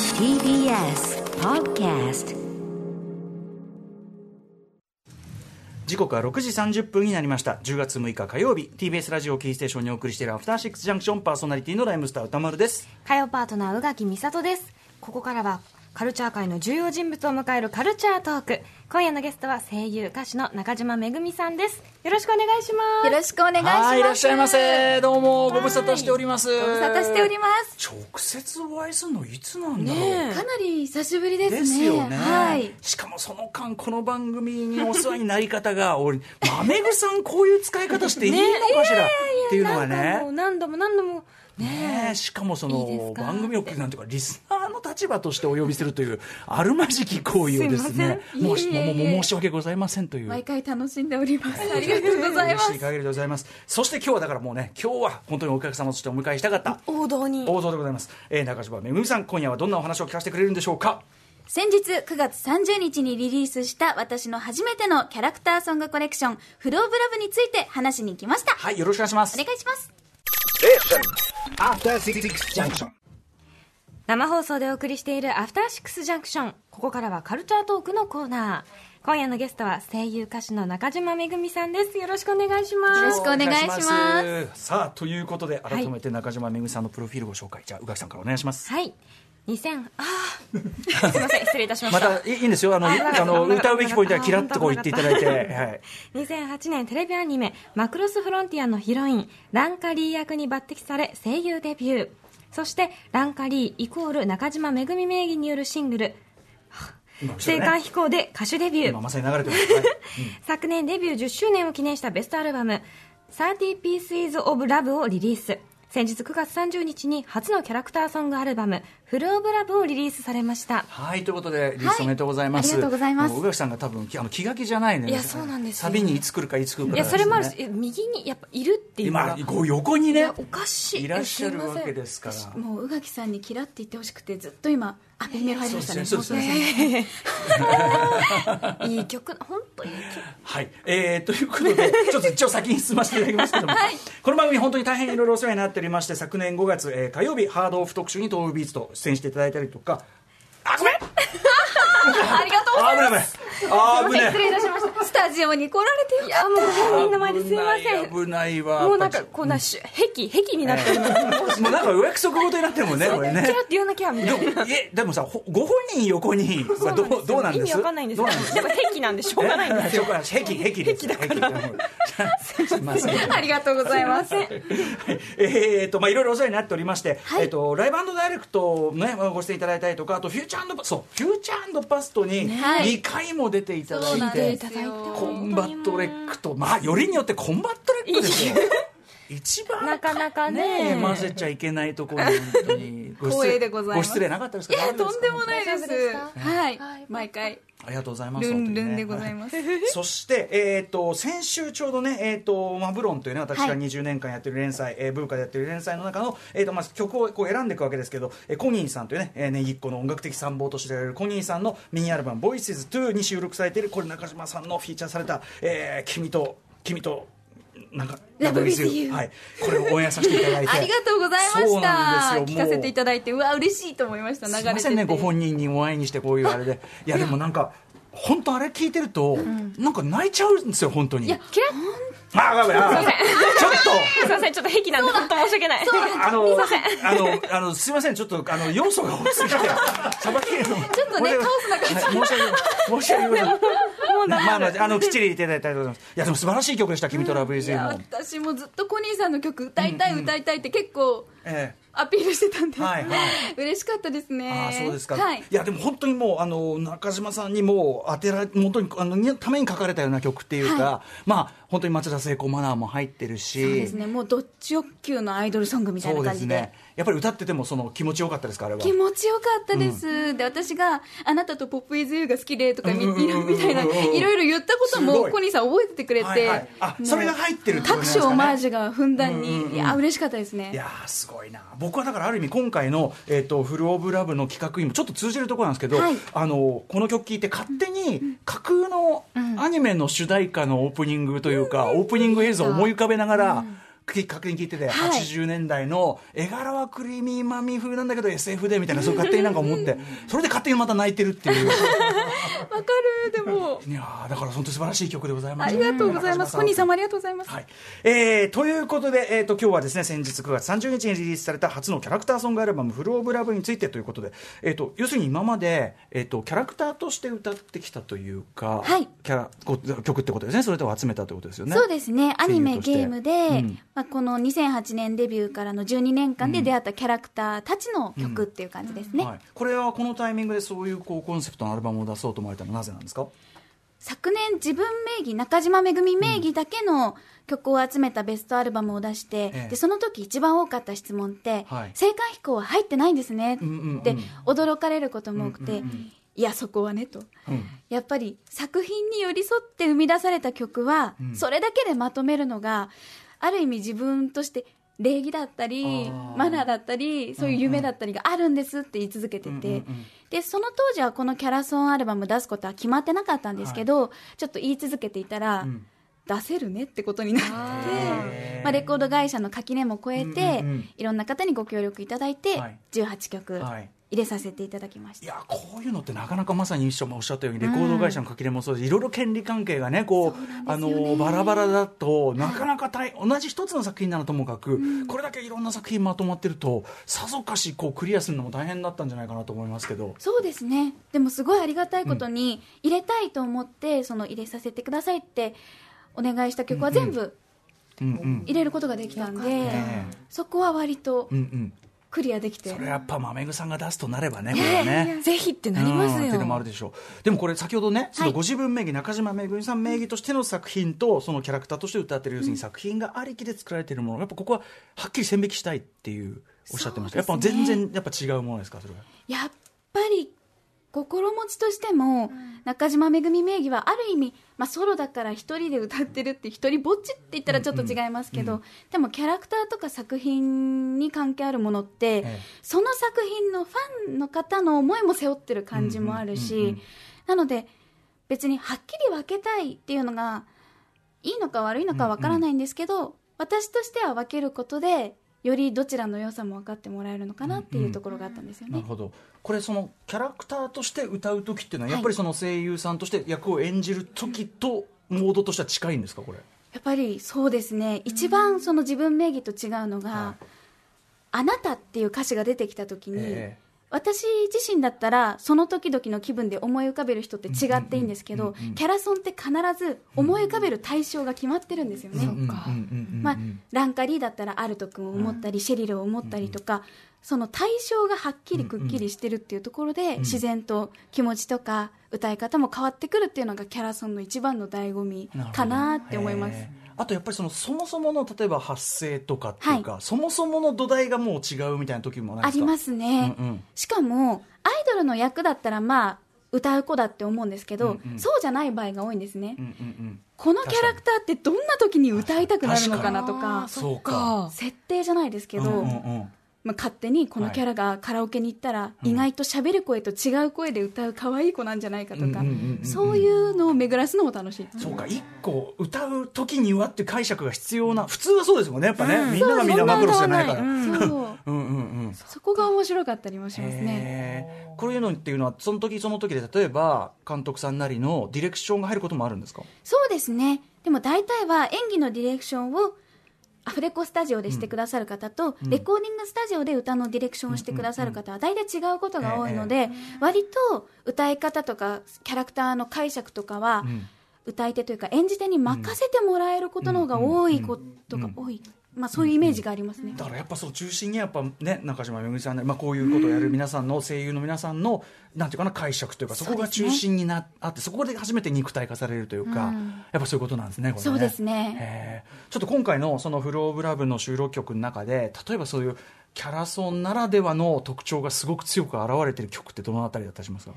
TBS Podcast 時刻は6時30分になりました10月6日火曜日 TBS ラジオキーステーションにお送りしているアフターシックスジャンクションパーソナリティのライムスター歌丸です火曜パートナー宇垣美里ですここからはカルチャー界の重要人物を迎えるカルチャートーク今夜のゲストは声優歌手の中島めぐみさんですよろしくお願いしますよろしくお願いします。はいいらっしゃいませどうもご無沙汰しておりますご無沙汰しております。直接お会いするのいつなんだろう、かなり久しぶりですね。ですよね、はい。しかもその間この番組にお世話になり方が俺豆具さんこういう使い方していいのか しら、っていうのはなんかもねう何度も何度もねえしかもそのいいですか番組をなんていうかリスナーの立場としてお呼びするというあるまじき行為をですねすいませんもういえいえもういえもう申し訳ございませんという毎回楽しんでおります。ありがとうございま嬉しいす。限りでございますそして今日はだからもうね今日は本当にお客様としてお迎えしたかった王道に王道でございます、えー中島めぐみさん今夜はどんなお話を聞かせてくれるんでしょうか先日9月30日にリリースした私の初めてのキャラクターソングコレクション、フローブラブについて話しに来ました。はいよろしくお願いしますお願いします。 After Six Junction. 生放送でお送りしているアフターシックスジャンクションここからはカルチャートークのコーナー今夜のゲストは声優歌手の中島めぐみさんですよろしくお願いしますよろしくお願いしますさあということで改めて中島めぐみさんのプロフィールご紹介じゃあ宇垣さんからお願いしますはい2000あ ーすいません失礼いたしましまたたいいいんですよあのあい危なかったあの危なかった歌うべきポイントはキラッとこう言っていただいて、危なはい、 2008年テレビアニメ「マクロスフロンティア」のヒロインランカリー役に抜擢され声優デビューそしてランカリーイコール中島めぐみ名義によるシングル「今後ろ青ね函飛行」で歌手デビュー今まさに流れてます、はい昨年デビュー10周年を記念したベストアルバム「30 Pieces of Love」をリリース先日9月30日に初のキャラクターソングアルバム「フル・オブ・ラブ」をリリースされましたはい、ということで、リストおめでとうございます。はいありがとうございますも宇垣さんが多分、きあの、気が気じゃないね。いやそうなんですよサビにいつ来るかいつ来るかいなやんでそすね、れもあるしえ右にやっぱいるっていうの今が、ご横にね、おかしいいらっしゃるえすいませんわけですから。もう宇垣さんにキラって言ってほしくて、ずっと今、あ、ペンメール入りましたね。そうですねそうですいい曲本当にいい曲はい、えーということで、 ちょっと一応先に進ませていただきますけども、この番組、本当に大変いろいろお世話になっておりまして、昨年5月、えー火曜日、ハードオフ特集に東武ビーツと出演していただいたりとか、あ、ごめんありがとうございます。あぶねえ、危ねえ。失礼いたしました。スタジオに来られてよいやもう本人の前ですいません危ない危ないわ。もうなんかこんなし壁壁になってるのもうなんかお約束事になってるもんね、これキラっねて。言わなきゃみたいなでもいえでもさ、ほご本人横に、まあどうどうなんです意味わかんないんですどうけなんどでも壁なんでしょうがないんですですよ。壁壁です。壁だから。すいません。ありがとうございます。はいえーとまあ、いろいろお世話になっておりまして、えー、とライブダイレクト、ね、ご出演いただいたりとかあとフューチャーそうフューチャーパストにはい2回も出ていただそういなんて、ですよ。コンバットレックとまあよりによってコンバットレックですよ一番なかなかねね混ぜちゃいけないところに本当 にご出光栄でございますご失礼なかったですいかや、とんでもいないです大丈夫でし。はい。毎回、ありがとうございますル本ンル当にンねでございます。 そして、えー、と先週ちょうどね、えーとまあ、ブロンというね私はがい20年間やってる連載、えー、文化でやってる連載の中の、えーとまあ、曲をこう選んでいくわけですけど、えーコニーさんというね、えー、ねぎっ子の音楽的参謀として知られるコニーさんのミニアルバム「Voices2」に収録されているこれ中島さんのフィーチャーされた「えー君と君と」なんか Love with you はい、これをオンエアさせていただいて ありがとうございました。そうなんです聞よもうかせていただいて、うわ、嬉しいと思いました。流れすていてませんねご本人にお会いにしてこういうあれでいやでもなんか本当あれ聞いてると、なんか泣いちゃうんですよ本当にいやキラッあごめんあごめんちょっとすいませんちょっと壁なんで本当申し訳ないあの、あの、あの、すみません、ちょっと、あの、要素が多すぎて。さばけるの。ちょっとねカオスな感じ。申し訳ない。申し訳ない。まあまあ、あの、きっちりいただいたいと思います。いや、でも、素晴らしい曲でした、君とラブイいズユーやの。私もずっとコニーさんの曲歌いたい、歌いたいって結構ええ。アピールしてたんで、はいはい 嬉しかったですねああそうですか、はいい、やでも本当にもうあの中島さんにもう当てられ本当にあのにために書かれたような曲っていうか、まあ本当に松田聖子マナーも入ってるしそうですねもうどっち欲求のアイドルソングみたそいなうで感すじでねやっぱり歌っててもその気持ちよかったですかあれは気持ちよかったです、で私が「あなたとポップイズユーが好きで」とかみみたいないろいろ言ったことすもごいコニーさん覚えててくれて、はいはいあもうそれが入ってるってことなん各ですかね種オマージュがふんだんに、いや嬉しかったですねいやーすごいな僕はだからある意味今回の「えー、とフル・オブ・ラブ」の企画にもちょっと通じるところなんですけど、はいあのこの曲聴いて勝手に架空のアニメの主題歌のオープニングというか、オープニング映像を思い浮かべながら。き確認聞いてて、はい80年代の絵柄はクリーミーマミー風なんだけど SF でみたいなそう勝手になんか思ってそれで勝手にまた泣いてるっていうかるでもいやーだから本当に素晴らしい曲でございまあしたりがとうございますコニーさんもありがとうございますはいえーということで、えー、と今日はですね先日9月30日にリリースされた初のキャラクターソングアルバム「フル・オブ・ラブ」についてということで、えー、と要するに今まで、えー、とキャラクターとして歌ってきたというか、はいキャラこ曲ってことですねそれと集めたということですよね。そうですねアニ声メ優としてゲームで、うんまあ、この2008年デビューからの12年間で出会ったキャラクターたちの曲っていう感じですね、はい、これはこのタイミングでそういうこうコンセプトのアルバムを出そうと思われたのはなぜなんですか昨年自分名義中島めぐみ名義だけの曲を集めたベストアルバムを出して、ええでその時一番多かった質問って「はい青函飛行は入ってないんですね」っうんうんうんて驚かれることも多くうんうて「んうんいやそこはね」と。うんやっぱり作品に寄り添って生み出された曲は、うんそれだけでまとめるのがある意味自分として礼儀だったりあーマナーだったりそういう夢だったりがあるんですって言い続けてて、うんうんうんでその当時はこのキャラソンアルバム出すことは決まってなかったんですけど、ちょっと言い続けていたら、うん出せるねってことになって、へーまあ、レコード会社の垣根も越えて、うんうんうんいろんな方にご協力いただいて、はい18曲は入いれさせていただきましいた。やこういうのってなかなかまさに一緒もおっしゃったようにレコード会社の垣根もそうですいろいろ権利関係がねこうあのバラバラだとなかなか大同じ一つの作品ならともかく、これだけいろんな作品まとまってるとさぞかしこうクリアするのも大変だったんじゃないかなと思いますけど。そうですねでもすごいありがたいことに、入れたいと思ってその入れさせてくださいってお願いした曲は全部うんうん入れることができたんで、ええそこは割とうんうん、クリアできて、それやっぱまめぐさんが出すとなればねこれはね。ぜひってなりますうんっていうのもあよるでしょうでもこれ先ほどね、そのご自分名義中島めぐみさん名義としての作品とそのキャラクターとして歌ってる要するに作品がありきで作られてるものやっぱここははっきり線引きしたいっていうおっしゃってました、やっぱそうです全ね然やっぱ違うものですかそれはやっぱり心持ちとしても、中島めぐみ名義はある意味、まあ、ソロだから一人で歌ってるって一人ぼっちって言ったらちょっと違いますけど、うんでもキャラクターとか作品に関係あるものって、ええその作品のファンの方の思いも背負ってる感じもあるし、うんうんうんうんなので別にはっきり分けたいっていうのがいいのか悪いのかわからないんですけど、私としては分けることでよりどちらの良さも分かってもらえるのかなっていうところがあったんですよね。なるほどこれそのキャラクターとして歌う時っていうのははいやっぱりその声優さんとして役を演じる時とモードとしては近いんですかこれやっぱりそうですね一番その自分名義と違うのが「はあなた」っていう歌詞が出てきた時に、ええ私自身だったらその時々の気分で思い浮かべる人って違っていいんですけど、キャラソンって必ず思い浮かべる対象が決まってるんですよね、うんうんうんうんまあ、ランカリーだったらアルト君を思ったり、シェリルを思ったりとか、その対象がはっきりくっきりしてるっていうところで、自然と気持ちとか歌い方も変わってくるっていうのがキャラソンの一番の醍醐味なるほどかなって思います。へーあとやっぱりそのそもそもの例えば発声とかっていうか、そもそもの土台がもう違うみたいな時もないあですりかますね、うんうんしかもアイドルの役だったらまあ歌う子だって思うんですけど、うんうんそうじゃない場合が多いんですね、うんうんうんこのキャラクターってどんな時に歌いたくなるのかなとかそうかか設定じゃないですけど、うんうんうんまあ、勝手にこのキャラがカラオケに行ったら、意外と喋る声と違う声で歌う可愛い子なんじゃないかとか、うんうんうんうんそういうのを巡らすのも楽しい、そうか一個歌う時にはっていう解釈が必要な普通はそうですもんねやっぱね、みんながみんなマクロスじゃないから そううんうんうんそこが面白かったりもしますへねーこういうのっていうのはその時その時で例えば監督さんなりのディレクションが入ることもあるんですかそうですねでも大体は演技のディレクションをアフレコスタジオでしてくださる方と、レコーディングスタジオで歌のディレクションをしてくださる方は大体違うことが多いので、割と歌い方とかキャラクターの解釈とかは、ん歌い手というか演じ手に任せてもらえることの方が多いことが多い、まあ、そういうイメージがありますね。だからやっぱその中心にやっぱね中島めぐみさんなり、まあ、こういうことをやる皆さんの声優の皆さんのなんていうかな解釈というかそこが中心になあってそこで初めて肉体化されるというか、やっぱそういうことなんですねこれねそうですねへえちょっと今回のその「フローブラブ」の収録曲の中で例えばそういうキャラソンならではの特徴がすごく強く表れてる曲ってどのあたりだったりしますか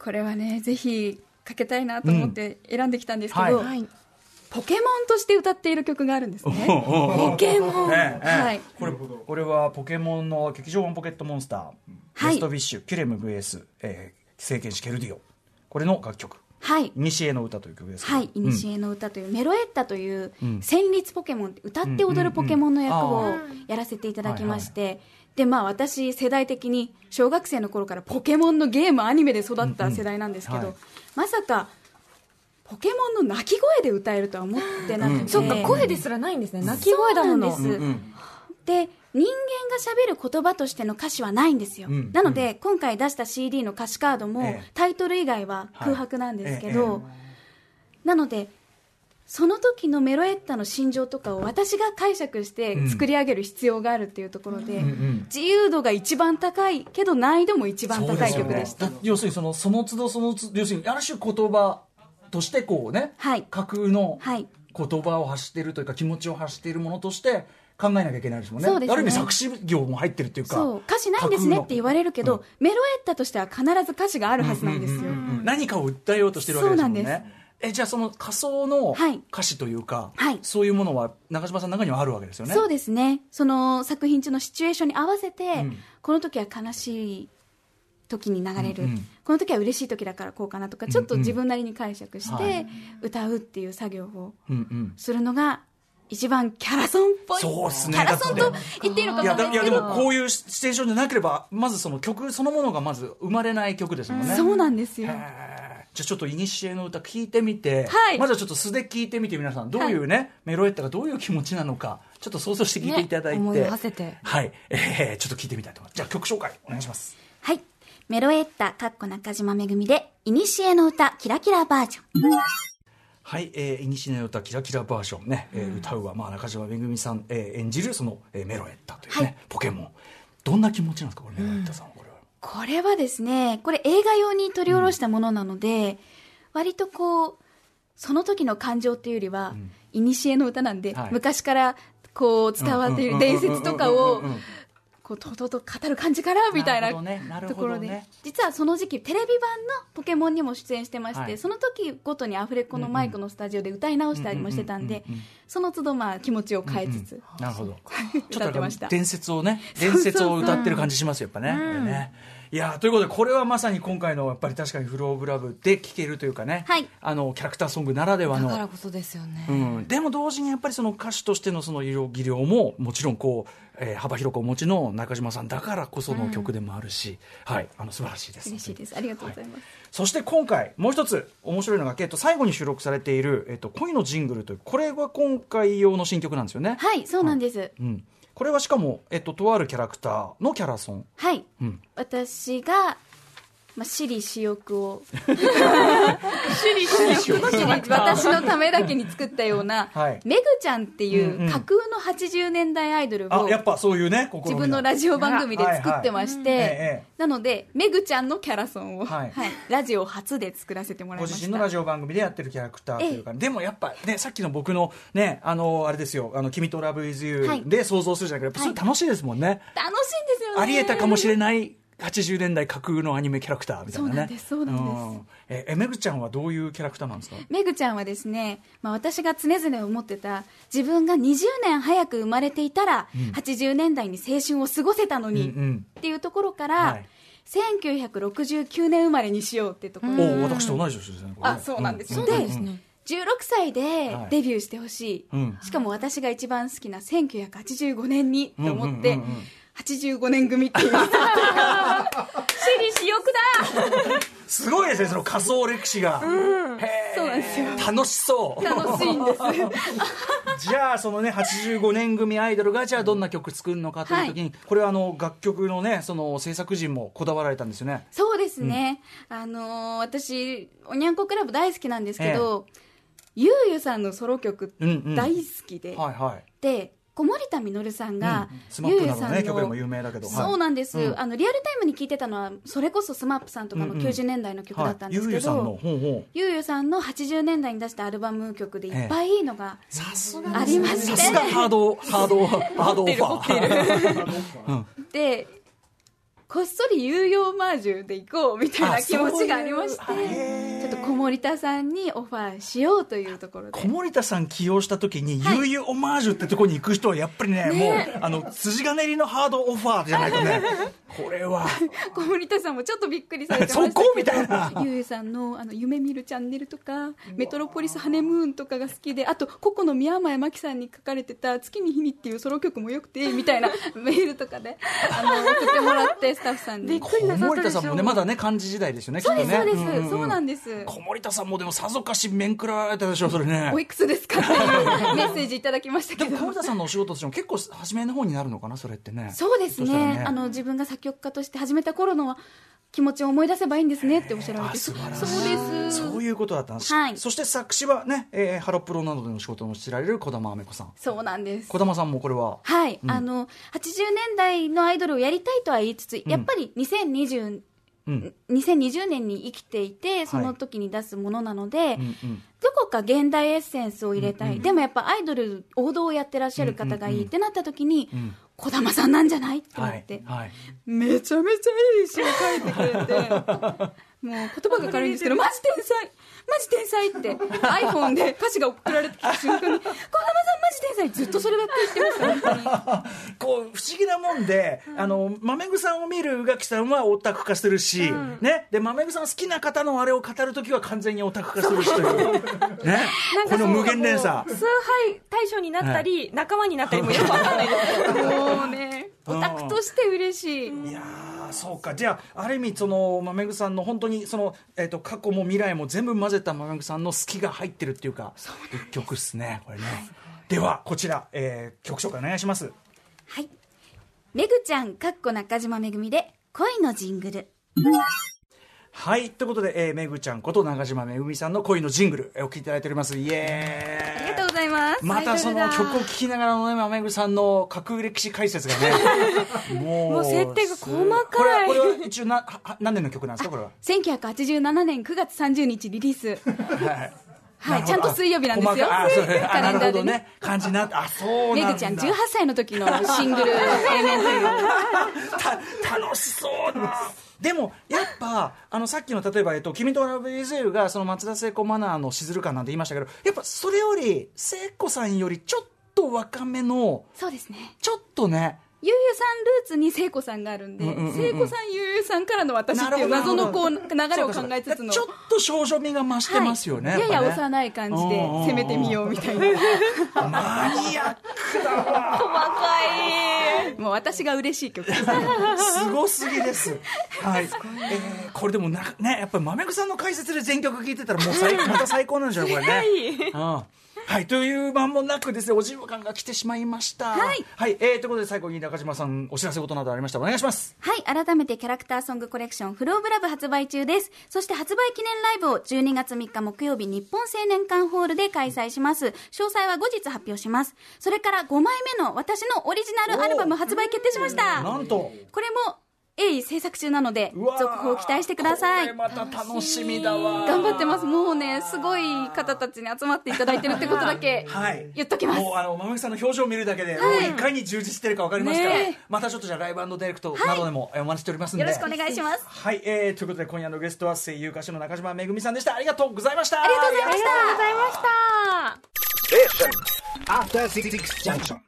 これはねぜひかけたいなと思って選んできたんですけどはいポケモンとして歌っている曲があるんですね。ポポケモン、ええええはい、これこれはポケモンの劇場版ポケットモンスター、はいベストビッシュキュレム VS、えー、聖剣士ケルディオこれの楽曲はい「西への歌」という曲ですけどはい、いにしえの歌という、メロエッタといううん旋律ポケモンって歌って踊るポケモンの役うんうんをやらせていただきまして、でまあ私世代的に小学生の頃からポケモンのゲームアニメで育った世代なんですけど、うんうんはいまさかポケモンの鳴き声で歌えるとは思ってなくて、うんそっか、声ですらないんですね。鳴き声だもの。そうううなんんでんうんで人間が喋る言葉としての歌詞はないんですよ、うんなので、今回出した CD の歌詞カードも、ええタイトル以外は空白なんですけど、はいなのでその時のメロエッタの心情とかを私が解釈して作り上げる必要があるっていうところで、うんうん自由度が一番高いけど難易度も一番そう高でいすよ曲ねでした。だ要するにそのその都度その都度要するにある種言葉としてこうね、はい架空のはい言葉を発しているというか気持ちを発しているものとして考えなきゃいけないですもんねそうですねある意味作詞業も入ってるっていうかそう歌詞ないんですねって言われるけど、架メロエッタとしては必ず歌詞があるはずなんですよ、空のうん何かを訴えようとしてるわけですもんそうなんねえじゃあその仮想のはい歌詞というか、はいそういうものは中島さんの中にはあるわけですよねそうですねその作品中のシチュエーションに合わせて、んこの時は悲しい時に流れる、うんうんこの時は嬉しい時だからこうかなとかちょっと自分なりに解釈しうんうて歌うっていう作業をうんうんするのが一番キャラソンっぽいそうっすねキャラソンだっとて言っていいのかいやわかだんなやいいけでどもこういうシチュエーションじゃなければまずその曲そのものがまず生まれない曲ですもんね、そうなんですよへーじゃあちょっとイニシエの歌聞いてみて、はいまずはちょっと素で聞いてみて皆さんどういうね、メロエッタがどういう気持ちなのかちょっと想像して聞いていただいて、ね思いを馳せてはい、えーちょっと聞いてみたいと思いますじゃあ曲紹介お願いしますはいメロエッタかっこ中島めぐみで「いにしえの歌キラキラバージョン」はい、えー、イニシエの歌キラキラバージョンね、えー歌うは、まあ、中島めぐみさん、えー演じるその、えーメロエッタというね、はいポケモンどんな気持ちなんですかこれメロエッタさんはこれは、これはですねこれ映画用に取り下ろしたものなので、割とこうその時の感情っていうよりは古の歌なんで、はい昔からこう伝わっている伝説とかをこうとうとうと語る感じから みたいななるほどねなるとほこどろで、ね実はその時期テレビ版の「ポケモン」にも出演してまして、はいその時ごとにアフレコのマイクのスタジオで歌い直したりもしてたんで、その都度まあ気持ちを変えつつ、なるほど。ちょ歌っっとてなまんしかた伝説をね、伝説を歌ってる感じしますよやっぱ ね。これねいやーということでこれはまさに今回のやっぱり確かに「フローブラブで聴けるというかね、はいあのキャラクターソングならではだのからこそですよね。うん、でも同時にやっぱりその歌手としてのその色技量ももちろんこう、えー幅広くお持ちの中島さんだからこその曲でもあるし、はい、あの素晴らしいです嬉しいですありがとうございます、そして今回もう一つ面白いのが、えっと、最後に収録されている「えっと、恋のジングル」というこれは今回用の新曲なんですよね。はいそうなんです、うん、これはしかも、えっと、とあるキャラクターのキャラソン、はい、うん私が、まあ、私利私欲を 私のためだけに作ったような、はいめぐちゃんっていう架空の80年代アイドルあをやっぱそういうね試み自分のラジオ番組で作ってまはいしはいえてえなのでめぐちゃんのキャラソンを、ははいいラジオ初で作らせてもらいごました自身のラジオ番組でやってるキャラクターというか、でもやっぱ、ね、さっきの僕のね、あの、あれですよ、あの、君とラブイズユはいーで想像するじゃなくて、やっぱそれ楽しいですもんね。楽しいんですよねありえたかもしれない80年代架空のアニメキャラクターみたいなね。そうなんですそうなんですんえ、えめぐちゃんはどういうキャラクターなんですかめぐちゃんはですね、まあ、私が常々思ってた自分が20年早く生まれていたら、80年代に青春を過ごせたのに、うんうんっていうところかはら、い1969年生まれにしようってところ、おう私と同じ年ですね。これねあそうなんです、うで、う16歳ではいデビューしてほしい、うんしかも私が一番好きな1985年にと思っうて、んうんうんうん85年組っていう私利私欲だすごいですね、その仮想歴史が。へえそうなんですよ楽しそう。楽しいんで すじゃあそのね85年組アイドルがじゃあどんな曲作るのかという時に、これはあの楽曲のねその制作陣もこだわられたんですよね。そうですね、あのー私おにゃんこクラブ大好きなんですけど、ゆうゆさんのソロ曲うんうん大好きで、はいはい。で小森田実さんが、うんスマップなどのね曲でも有名だけどはいそうなんです、うんあのリアルタイムに聴いてたのはそれこそスマップさんとかのうんうん90年代の曲だったんでゆすうけゆさんど、のほうほうゆうゆさんの80年代に出したアルバム曲でいっぱいいいのがさすがありましさ て、すがハードハードハードオファー。でこっそり有用マージュで行こうみたいな気持ちがありましてあそういうちょっと小森田さんにオファーしようというところで小森田さん起用した時に「悠々オマージュ」ってとこに行く人はやっぱりねもうあの筋金入りのハードオファーじゃない とねこれは小森田さんもちょっとびっくりされてましたけどそこみたいなゆうさんのあの夢見るチャンネルとかメトロポリスハネムーンとかが好きであと個々の宮前真紀さんに書かれてた「月に日に」っていうソロ曲もよくてみたい なメールとかであの送ってもらってスタッフさんにびっくり小なさった森で田しさょんもねまだね漢字時代ですよねきっそうとですそうねです、そうなんです小森田さんもでもさぞかし面食らわれたでしょそれねおいくつですかっていうメッセージいただきましたでけもど小森田さんのお仕事としても結構初めの方になるのかなそれってねそうですそしたらねあの自分が作曲家として始めた頃の気持ちを思い出せばいいんですねっておっしゃられあて素そう晴らしそいうですそういうことだったんです、はいそして作詞はね、えーハロプロなどでの仕事も知られる児玉雨子さんそうなんです児玉さんもこれははい、うんあの80年代のアイドルをやりたいとは言いつつ、んやっぱり2020うん2020年に生きていてその時に出すものなので、うんうんどこか現代エッセンスを入れたい、うんうんでもやっぱアイドル王道をやってらっしゃる方がいいってなった時にうん児、玉さんなんじゃないって思はっいて、はいめちゃめちゃいい詩を書いてくれてもう 言葉が軽いんですけどマジ天才マジ天才って iPhone で歌詞が送られてきた瞬間に「児玉さんマジ天才」ずっとそればっかり言ってました本当に。こう不思議なもんで、あの豆具さんを見る宇垣さんはオタク化するし、ね、で豆具さん好きな方のあれを語る時は完全にオタク化するしという、ね、なんかこそのう無限連鎖もう崇拝対象になったり、仲間になったりもよくわかんないですけどもうね、オタクとして嬉しい。いやーそうかじゃあある意味その豆具さんの本当にその、えー、と過去も未来も全部混ぜた豆具さんの好きが入ってるっていうか一曲っすねこれね。ではこちら、えー曲紹介お願いします。はい。めぐちゃん、かっこ中島めぐみで、恋のジングル。はいということで、えーめぐちゃんこと長島めぐみさんの恋のジングルえーお聴きいただいておりますイエーイありがとうございます。またその曲を聴きながらのね、豆具さんの架空歴史解説がね、ももう設定が細かいこれは、これは一応な、はは何年の曲なんですか、これは。 1987年9月30日リリース。なはるほい、どちゃんと水曜日なんですよ。細かいあ、そうあ カレなるンダほーでどね。ね。感じになって、あ、そうめなんだ。ぐちゃん、18歳の時のシングル、A 面というの をた楽しそうなでもやっぱあのさっきの例えば、えっと「君とラブ・イズ・ユー」がその松田聖子マナーのしずる感なんて言いましたけどやっぱそれより聖子さんよりちょっと若めのそうですね。ちょっとねゆうゆうさんルーツに聖子さんがあるんで、うんうんうんうん聖子さん、ゆうゆうさんからの私っていう謎のこう流れを考えつつの。ちょっと少女味が増してますよね、はい、ややい幼い感じで攻めてみようみたいなマニアックだわもう私が嬉しい曲ですすごすぎですはい、えーこれでもなねやっぱり豆腐さんの解説で全曲聴いてたらもう最また最高なんじゃないこれね、うん、はいという間もなくですねお時間が来てしまいましたはい、えーということで最後に中島さんお知らせ事などありましたらお願いしますはい改めてキャラクターソングコレクション「フローブラブ発売中ですそして発売記念ライブを12月3日木曜日日本青年館ホールで開催します詳細は後日発表しますそれから5枚目の私のオリジナルアルバム発売決定しましたなんとこれも鋭意制作中なのでうわー続報を期待してくださこれいまた楽しみだわ頑張ってますもうねすごい方たちに集まっていただいてるってことだけはい、言っときますもうあのまむさんの表情を見るだけで、もういかに充実してるかわかりますから、ねまたちょっとじゃあライブディレクトなどでもえお待ちしておりますんで、よろしくお願いしますはい、えーということで今夜のゲストは声優歌手の中島めぐみさんでしたありがとうございましたあありがとうございましたありがとうございました Station. After Six Junction.